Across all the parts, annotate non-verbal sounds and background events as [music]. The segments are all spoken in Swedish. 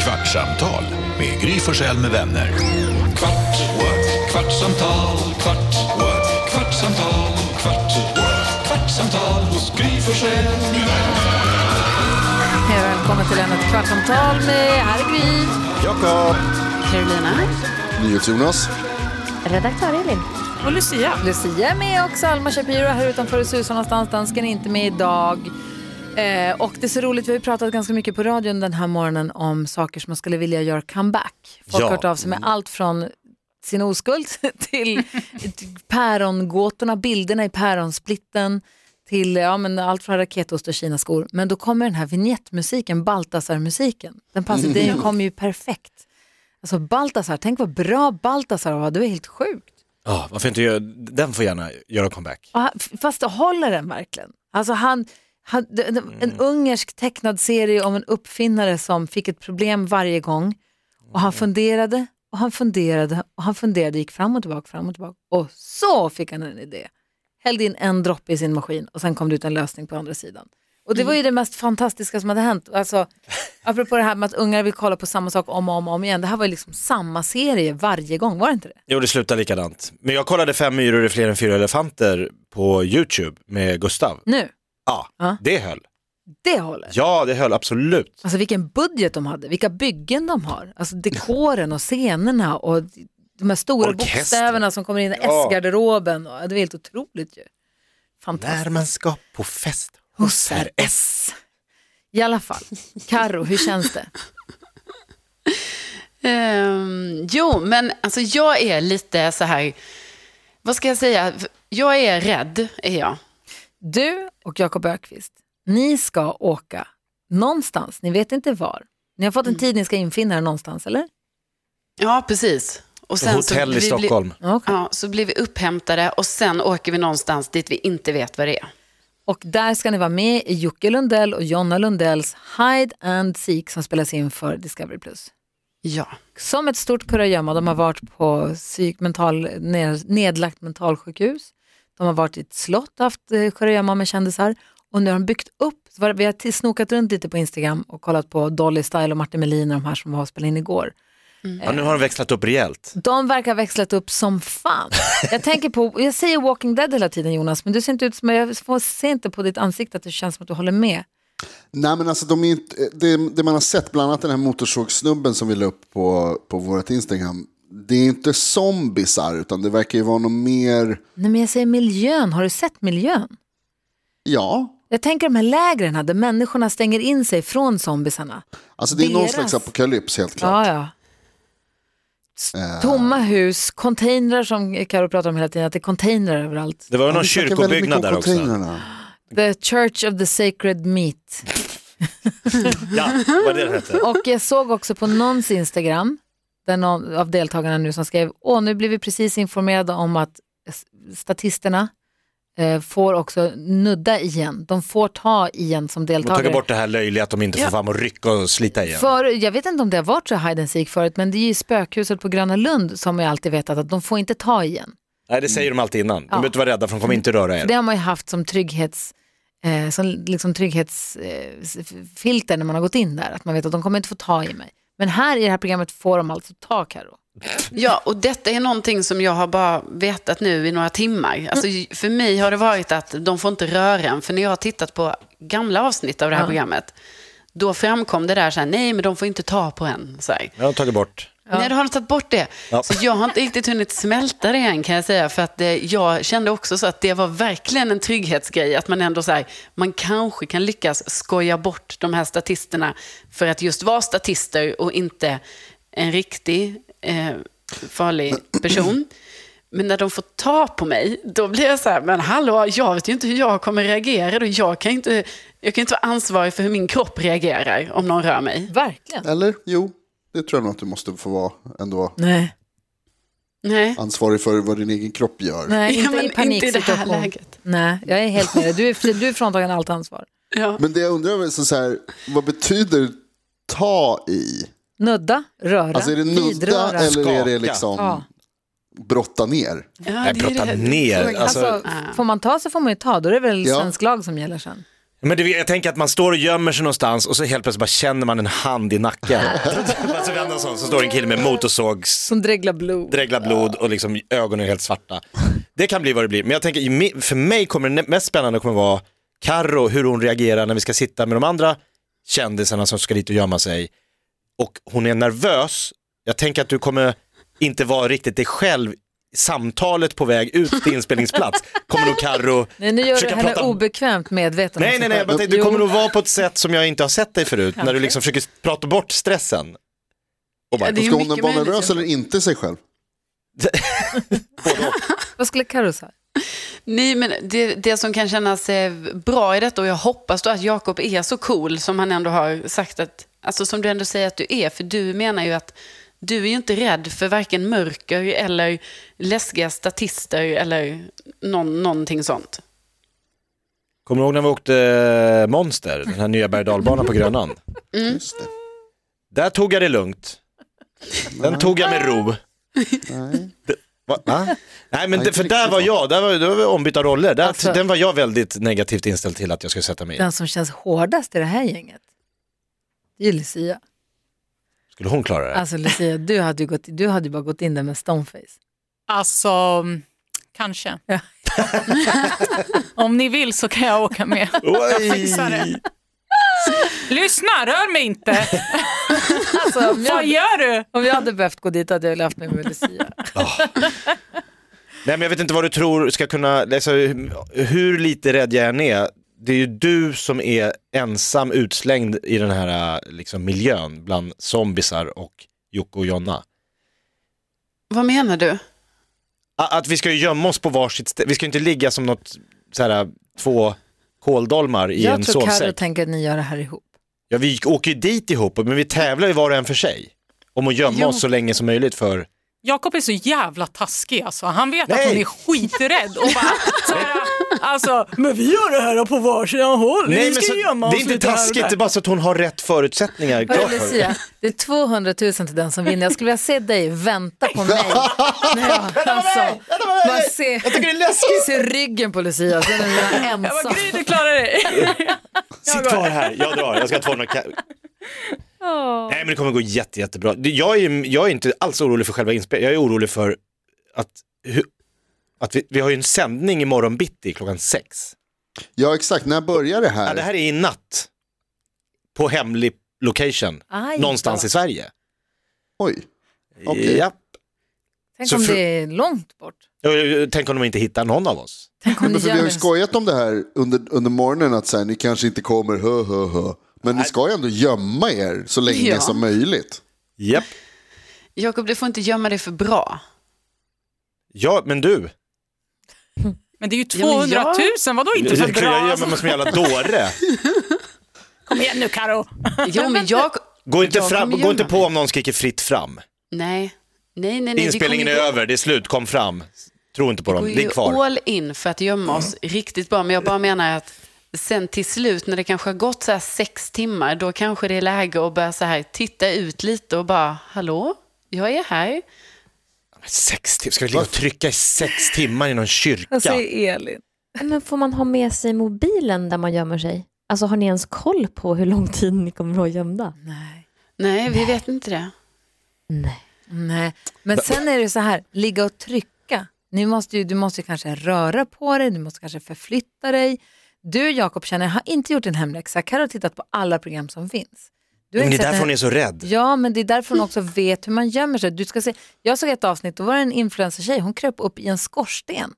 Kvartsamtal med Gry Forssell med vänner. Kvart, what? kvartsamtal, kvart, what? kvartsamtal, kvart, what? kvartsamtal hos Gry Forssell med vänner. Hej och välkomna till ännu ett kvartsamtal med här är Gry. Jakob! Carolina. NyhetsJonas. Redaktör Elin. Och Lucia. Lucia är med också, Alma Shapiro här utanför och susar någonstans. Dansken är inte med idag. Eh, och det är så roligt, vi har ju pratat ganska mycket på radion den här morgonen om saker som man skulle vilja göra comeback. Folk har Ja. hört av sig med allt från sin oskuld [laughs] till pärongåtorna, bilderna i päronsplitten till ja, men allt från raketost och kinaskor. Men då kommer den här vignettmusiken, Baltasar-musiken. Den, passar, den kommer ju perfekt. Alltså Baltasar, tänk vad bra Baltasar var, du är helt sjukt. Ja, varför inte göra, den får gärna göra comeback. Och han- Fast det håller den verkligen. Alltså han, han, d- d- en ungersk tecknad serie om en uppfinnare som fick ett problem varje gång. Och han funderade och han funderade och han funderade, gick fram och tillbaka, fram och tillbaka. Och så fick han en idé. Hällde in en droppe i sin maskin och sen kom det ut en lösning på andra sidan. Och det var ju det mest fantastiska som hade hänt. Alltså, apropå det här med att ungar vill kolla på samma sak om och om, och om igen. Det här var ju liksom samma serie varje gång, var det inte det? Jo, det slutar likadant. Men jag kollade Fem myror är fler än fyra elefanter på YouTube med Gustav. Nu, Ja, Ja. det höll. det håller. Ja, det höll absolut. Alltså vilken budget de hade, vilka byggen de har. Alltså dekoren och scenerna och de här stora Orkester. bokstäverna som kommer in i Ja. S-garderoben. Och- Det var helt otroligt ju. Fantastiskt. När man ska på fest Hos herr S. I alla fall, Karo, hur känns det? Ehm, jo, men alltså jag är lite så här, vad ska jag säga, jag är rädd, är jag. Du och Jakob Ökvist, ni ska åka någonstans, ni vet inte var. Ni har Mm. fått en tid ni ska infinna er någonstans, eller? Ja, precis. Och Hotell i vi blir- Stockholm. Okay. ja, så blir vi upphämtade och sen åker vi någonstans dit vi inte vet vad det är. Och där ska ni vara med i Jocke Lundell och Jonna Lundells Hide and Seek som spelas in för Discovery+. Plus. Ja. som ett stort kurragömma. De har varit på psyk, mental, ned, nedlagt mentalsjukhus. De har varit i ett slott och haft eh, kurragömma med kändisar. Och nu har de byggt upp, så var det- vi har till- snokat runt lite på Instagram och kollat på Dolly Style och Martin Melin och de här som var och spelade in igår. Ja, nu har de växlat upp rejält. De verkar ha växlat upp som fan. Jag tänker på, jag säger Walking Dead hela tiden Jonas, men du ser inte ut som, jag får- ser inte på ditt ansikte att det känns som att du håller med. Nej, men alltså, de är inte, det, det man har sett, bland annat den här motorsågssnubben som vi la upp på, på vårt Instagram, det är inte zombisar, utan det verkar ju vara något mer, Nej men jag säger miljön, har du sett miljön? ja, Jag tänker de här lägren här, där människorna stänger in sig från zombisarna. alltså det är någon Deras. slags apokalyps helt klart. Ja, ja. S- Eh. Tomma hus, containrar som Karo pratar om hela tiden, att det är containrar överallt. Det var ju någon Vi snackar väldigt mycket kyrkobyggnad om där också. containrarna. The Church of the Sacred Meat. Ja, vad det den hette. Och jag såg också på någons Instagram, den av av deltagarna nu som skrev, åh nu blev vi precis informerade om att s- statisterna eh, får också nudda igen. De får ta igen som De har deltagare. tagit bort det här löjliga att de inte får fram och rycka och slita igen. För, jag vet inte om det har varit så här hide and seek förut, men det är ju spökhuset på Gröna Lund som jag alltid vetat att de får inte ta igen. Nej, det säger de alltid innan. Ni behöver inte vara rädda för de kommer inte röra För det er. har man ju haft som trygghets eh, som liksom trygghetsfilter eh, filter när man har gått in där, att man vet att de kommer inte få ta i mig. Men här i det här programmet får de alltså ta Karo. Ja, och detta är någonting som jag har bara vetat nu i några timmar. Alltså, för mig har det varit att de får inte röra en, för när jag har tittat på gamla avsnitt av det här programmet, då framkom det där så här, nej men de får inte ta på en. Så här. De har tagit bort. Nej, då har de tagit bort det. Ja. Så jag har inte riktigt hunnit smälta det än kan jag säga, för att eh, jag kände också så att det var verkligen en trygghetsgrej, att man ändå så här, man kanske kan lyckas skoja bort de här statisterna för att just vara statister och inte en riktig eh, farlig person. Men när de får ta på mig, då blir jag så här, men hallå, jag vet ju inte hur jag kommer reagera då. Jag kan inte, jag kan inte vara ansvarig för hur min kropp reagerar om någon rör mig. Verkligen. Eller? Jo, det tror jag nog att du måste få vara ändå. Nej, Nej. Ansvarig för vad din egen kropp gör. Nej Ja, inte men i inte i det här paniksituation. läget. Nej, jag är helt med dig. Du är, fri- du är fråntagen allt ansvar. Ja. Men det jag undrar är så så här, vad betyder ta i? Nudda, röra, Alltså är det nudda vidröra. eller är det Skaka. liksom Ja. brotta ner? Ja, Nej, det är brotta det. ner. Alltså, Alltså, får man ta så får man ju ta, då är det väl Ja. svensk lag som gäller sen. Men det, jag tänker att man står och gömmer sig någonstans och så helt plötsligt bara känner man en hand i nacken. Man så vänder man sig om, så står det en kille med motorsågs Som dreglar blod. dreglar blod och liksom ögonen är helt svarta. Det kan bli vad det blir. Men jag tänker, i mi- för mig kommer det mest spännande kommer vara Karo, hur hon reagerar när vi ska sitta med de andra kändisarna som ska dit och gömma sig. Och hon är nervös. Jag tänker att du kommer inte vara riktigt dig själv. Samtalet på väg ut till inspelningsplats kommer nog Karo Nej, nu gör du försöka henne prata- obekvämt medveten. om Nej, sig nej, nej, jag själv. bara tänkte, du Jo. kommer nog vara på ett sätt som jag inte har sett dig förut, när du Kanske. liksom försöker prata bort stressen. Och bara, Ja, det är ju Ska hon mycket vara möjligt, nervös ja. eller inte sig själv? [laughs] Vad skulle Carro säga? Alltså, Nej, men det, det som kan kännas eh, bra i detta, och jag hoppas då att Jakob är så cool som han ändå har sagt att, alltså som du ändå säger att du är, för du menar ju att du är ju inte rädd för varken mörker eller läskiga statister eller någon, någonting sånt. Kommer du ihåg när vi åkte eh, Monster, den här nya berg dalbanan på Grönan? Mm. Just det. Där tog jag det lugnt. Den tog jag med ro. Nej. Va? Va? Nej men Nej, det, för inte där riktigt var så. jag, där var, då var vi ombytta roller. Där, Alltså- Den var jag väldigt negativt inställd till att jag skulle sätta mig i. Den som känns hårdast i det här gänget? Det är ju Lucia. Skulle hon klara det? Alltså Lucia, du hade ju, gått, du hade ju bara gått in där med stoneface. Alltså, kanske. Ja. [laughs] Om ni vill så kan jag åka med. Oj. fixar det. Lyssna, rör mig inte! Alltså, om, Vad jag, gör du? om jag hade behövt gå dit hade jag haft mig med Lucia. Nej men jag vet inte vad du tror ska kunna, alltså, hur lite rädd jag än är, det är ju du som är ensam utslängd i den här liksom, miljön bland zombisar och Jocke och Jonna. Vad menar du? A- Att vi ska ju gömma oss på varsitt ställe, vi ska ju inte ligga som något, så här, två kåldolmar [laughs] i en Jag tror Carro sovsäck. tänker att ni gör det här ihop. Ja vi åker ju dit ihop, men vi tävlar ju var och en för sig. Om att gömma Jo. oss så länge som möjligt för... Jakob är så jävla taskig alltså. Han vet Nej. att hon är skiträdd och bara så här, alltså, men vi gör det här på varsidan håll. Nej men så, det är inte taskigt, det är bara så att hon har rätt förutsättningar. Hörru klart för sig. Lucia, det är 200 000 till den som vinner. Jag skulle vilja se dig vänta på [laughs] mig. Nej, alltså, man ser, Jag tycker det är läskigt! ser ryggen på Lucia, sen är hon Jag ensam. bara, Gry du klarar [laughs] dig. Sitt kvar här, jag drar, jag ska ha 200 ka- Nej men det kommer gå jätte, jättebra. Det- Jag är, jag är inte alls orolig för själva inspelningen, jag är orolig för att, hu- att vi, vi har ju en sändning imorgon bitti klockan sex. Ja, exakt. När börjar det Ja, här? det här är i natt. På hemlig location, Aj då. någonstans i Sverige. Oj. Okej. Ja. Tänk Så om för- det är långt bort. Tänk om de inte hittar någon av oss. Tänk om Men ni för vi gör har ju det. skojat om det här under, under morgonen, att så här, ni kanske inte kommer, hö, hö, hö. Men ni ska ju ändå gömma er så länge Ja. som möjligt. Japp. Jakob, du får inte gömma dig [laughs] för bra. Ja, men du. Men det är ju Ja, men 200 jag- 000, vadå inte för Jag bra? gömmer Alltså, mig som en jävla dåre. kom igen nu Karo. Jo, men jag... Gå inte, Jag fram, kommer gå inte gömma mig. på om någon skriker fritt fram. Nej, nej, nej. nej. Inspelningen vi är kommer gå- över, det är slut, kom fram. Tro inte på dem, Vi går ligg ju kvar. Mm. all in för att gömma oss riktigt bra, men jag bara menar att sen till slut när det kanske har gått så här sex timmar, då kanske det är läge att börja så här titta ut lite och bara, hallå, jag är här. Sex timmar, ska vi ligga och trycka i sex timmar i någon kyrka? Jag Alltså, säger Elin. Men får man ha med sig mobilen där man gömmer sig? Alltså har ni ens koll på hur lång tid ni kommer att vara gömda? Nej, vi vet inte det. Nej. Nej, men sen är det så här, ligga och trycka. Ni måste ju, du måste ju kanske röra på dig, du måste kanske förflytta dig. Du Jakob känner, jag har inte gjort din hemläxa. Karo har tittat på alla program som finns. Du har Men det är inte sett därför hon den- är så rädd. Ja, men det är därför hon också vet hur man gömmer sig. Du ska se, jag såg ett avsnitt, då var det en influencertjej, hon kröp upp i en skorsten.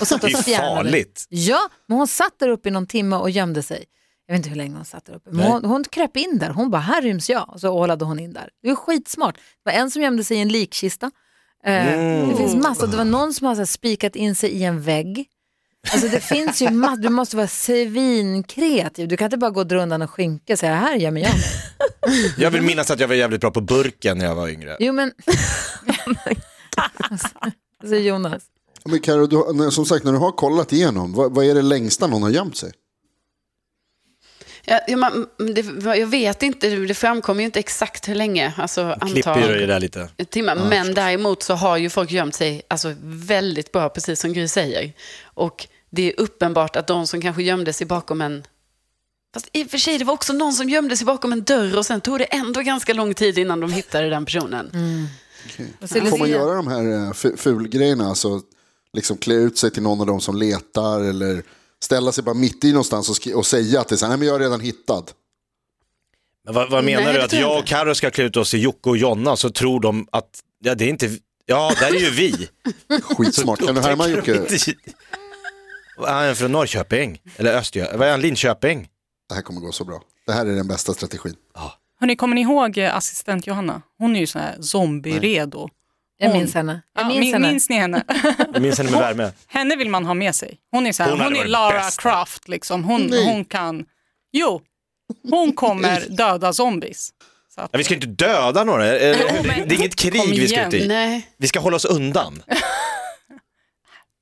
Och satt och Det är fjärnade. farligt. Ja, men hon satt där uppe i någon timme och gömde sig. Jag vet inte hur länge hon satt där uppe. Men Nej. hon, hon kröp in där, hon bara, här ryms jag. Och så ålade hon in där. Det var skitsmart. Det var en som gömde sig i en likkista. Eh, Mm. Det finns massor. Det var någon som har så här spikat in sig i en vägg. Alltså det finns ju massor. Du måste vara svinkreativ. Du kan inte bara gå och dra undan en skinka och säga, här gömmer jag mig. Jag vill minnas att jag var jävligt bra på burken när jag var yngre. Jo [laughs] men... alltså Jonas. Men Karo, du, har- när- som sagt, när du har kollat igenom, vad, vad är det längsta någon har gömt sig? Jag, jag, man, det, jag vet inte, det framkommer ju inte exakt hur länge, alltså Klipper ju det antal där lite. timmar. Men däremot så har ju folk gömt sig alltså, väldigt bra, precis som Gry säger. Och det är uppenbart att de som kanske gömde sig bakom en Fast i och för sig, det var också någon som gömde sig bakom en dörr och sen tog det ändå ganska lång tid innan de hittade den personen. Får man Lucia- göra de här eh, fu- fulgrejerna? Alltså, liksom klä ut sig till någon av dem som letar eller ställa sig bara mitt i någonstans och, skri- och säga att det är så här, nej men jag är redan hittad. Men vad, vad menar Nej, du? det Att tror jag jag och inte. Carro ska klä ut oss i Jocke och Jonna så tror de att, ja det är inte, ja där är ju vi. [laughs] Skitsmart. Kan du härma Upptäcker Jocke? de inte- Han är från Norrköping, eller Östergötland, vad är han, Linköping? Det här kommer gå så bra. Det här är den bästa strategin. Hörrni, kommer ni ihåg eh, assistent Johanna? Hon är ju sån här zombie-redo. Jag Hon. minns henne. Jag Ja, minns min, henne. minns [laughs] ni henne? Jag minns henne med värme. henne vill man ha med sig. Hon är, så här, Hon hon hade är varit Lara bäst. Croft, liksom. hon, Nej. hon kan... Jo, hon kommer döda zombies. Så att, Ja, vi ska inte döda några, eller hur? det, det är inget Kom krig vi ska ut igen. i. Nej, Vi ska hålla oss undan.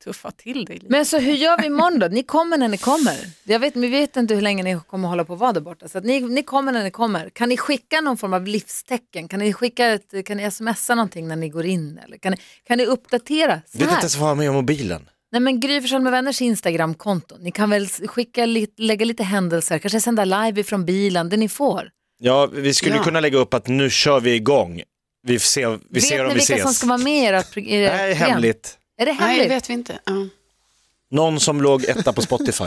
Tuffa till dig lite. Men så hur gör vi imorgon då? Ni kommer när ni kommer. Jag vet, vi vet inte hur länge ni kommer hålla på att vara där borta. Så att ni, ni kommer när ni kommer. Kan ni skicka någon form av livstecken? Kan ni, skicka ett, kan ni smsa någonting när ni går in? Eller kan, ni, kan ni uppdatera? Så Du vet inte här. ens vad jag har med mobilen. Nej, men Gry Forssell med vänners Instagramkonto. Ni kan väl skicka, lite- lägga lite händelser, kanske sända live ifrån bilen, det ni får. Ja, vi skulle Ja. kunna lägga upp att nu kör vi igång. Vi får se, vi vet ser ni om vi vilka ses. som ska vara med i ert prog- i det ert här är program? hemligt. Är det Nej det hemligt? vet vi inte. Ja. Någon som låg etta på Spotify.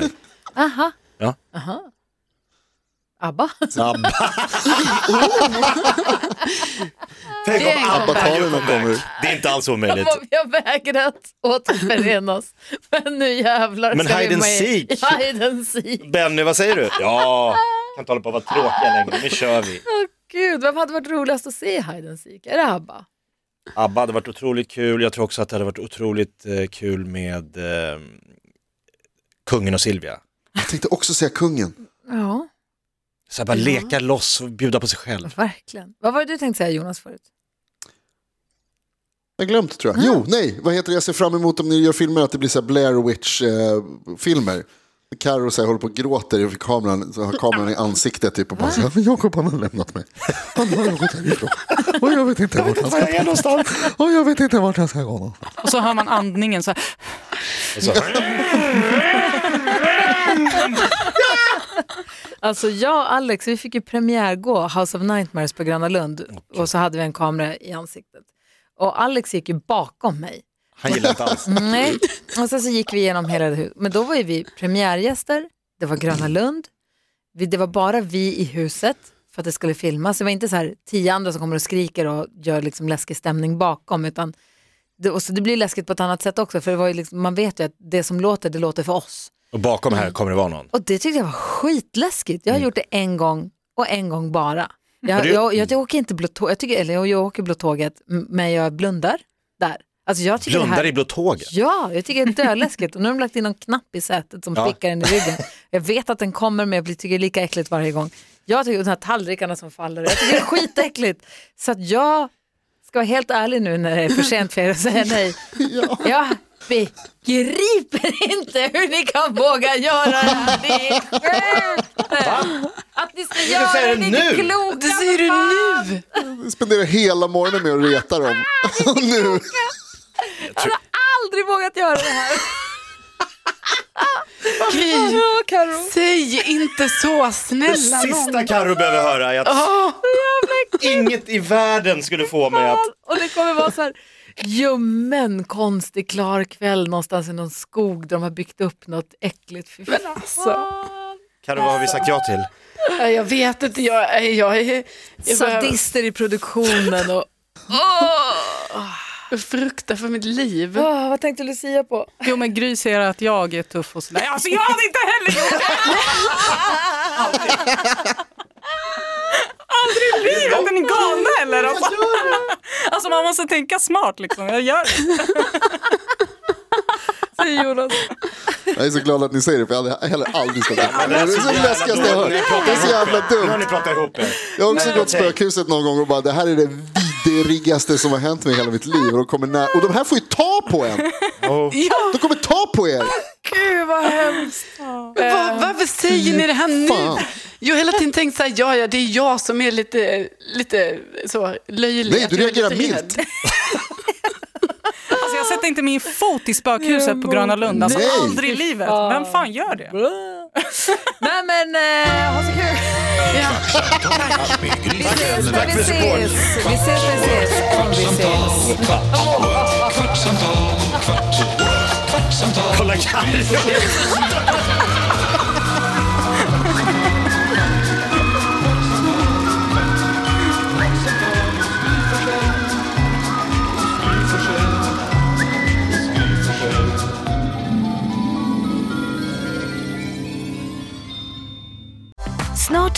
Aha. Ja. Aha. ABBA? [laughs] Abba. Tänk Det är en Abba-talen gör comeback. kommer. Det är inte alls omöjligt. Vi har vägrat återförenas. Men nu jävlar Men ska hide vi and med i- seek. [laughs] Hide and seek. Benny, vad [laughs] säger du? Ja, kan inte hålla på att vara tråkiga längre. Nu kör vi. Åh gud, vem hade varit roligast att se i hide and seek? Är det ABBA? Abba hade varit otroligt kul. Jag tror också att det hade varit otroligt eh, kul med eh, kungen och Silvia. Jag tänkte också säga kungen. Ja, Så här bara leka loss och bjuda på sig själv. verkligen. Vad var det du tänkte säga Jonas förut? Jag glömt tror jag. Jo, nej, vad heter det? Jag ser fram emot om ni gör filmer att det blir så här Blair Witch-filmer. Eh, Carro så här håller på och gråter inför kameran, så har kameran i ansiktet typ och bara så här, "Men Jakob han har lämnat mig. Han har gått härifrån. Och jag vet inte vart han ska ta någonstans. Och jag vet inte vart han ska gå någonstans. Och så hör man andningen så här. Och så, Alltså jag och Alex, vi fick ju premiärgå House of Nightmares på Gröna Lund och så hade vi en kamera i ansiktet. Och Alex gick ju bakom mig. [laughs] han gillar inte alls. Nej. Och sen så gick vi igenom hela det huset. Men då var ju vi premiärgäster, det var Gröna Lund, vi, det var bara vi i huset för att det skulle filmas. Det var inte så här tio andra som kommer och skriker och gör liksom läskig stämning bakom. Utan det, och så det blir läskigt på ett annat sätt också för det var ju liksom, man vet ju att det som låter, det låter för oss. Och bakom här kommer det vara någon. Och det tyckte jag var skitläskigt. Jag har gjort det en gång och en gång bara. Jag, Men det- jag, jag, jag åker inte blå tå- jag tycker, eller jag, jag åker blå tåget, m- men jag blundar där. Alltså jag tycker det Blundar här, i blå tåget. Ja, jag tycker det är dödläskigt. Och nu har de lagt in någon knapp i sätet som Ja. prickar en i ryggen. Jag vet att den kommer men jag blir- tycker det är lika äckligt varje gång. Jag tycker de här tallrikarna som faller, jag tycker det är skitäckligt. Så att jag ska vara helt ärlig nu när det är för sent för er att säga nej. Jag begriper inte hur ni kan våga göra det här. Det är sjukt! Att ni ska du säger göra det, det ni är inte nu? kloka. Det säger du nu! Spenderar hela morgonen med att reta dem. Och nu, Aldrig vågat göra det här. Gry, Ja, Karo. säg inte så, Det snälla nån. sista Carro behöver höra är att inget i världen skulle få mig att... Och det kommer vara så här ljummen, konstig, klar kväll någonstans i någon skog där de har byggt upp något äckligt. Fy fan. alltså, Carro, vad har vi sagt ja till? Ja, alltså. Jag vet inte, jag, jag, jag, är- jag börjar Sadister i produktionen och... frukta för mitt liv. [laughs] Åh, vad tänkte Lucia på? Jo, men Gry säger att jag är tuff och sådär. Alltså, jag hade inte heller gjort det! Aldrig i livet! Är ni galna eller? Alltså. alltså, man måste tänka smart liksom. Jag gör det. Säger Jonas. jag är så glad att ni säger det för jag hade heller aldrig ställt upp. Det här är så jävla läskigaste jag hört. dumt. Ni har pratat Det är så ihop er. jävla Nu dumt. har ni pratat ihop er. Jag har också Men gått tänk. spökhuset någon gång och bara det här är det vidrigaste som har hänt mig i hela mitt liv. Och de, kommer nä- och de här får ju ta på en! De kommer ta på er! Gud vad hemskt. Var, varför säger ni det här nu? Fan. Jag har hela tiden tänkt så här, ja, ja, det är jag som är lite, lite så löjlig. Nej, att du jag är reagerar lite milt. rädd. Alltså, jag sätter Sätt inte min fot i spökhuset på Gröna Lund. Alltså, Nej. aldrig i livet. Vem fan gör det? Nej men, eh, ha så kul. Kvartsamtal med Gry Forssell med när vi vänner. ses. Vi ses, vi ses. Om vi ses. Kvartsamtal, kvart, kvartsamtal, kvart, kvartsamtal. Kolla Gry Forssell. Snart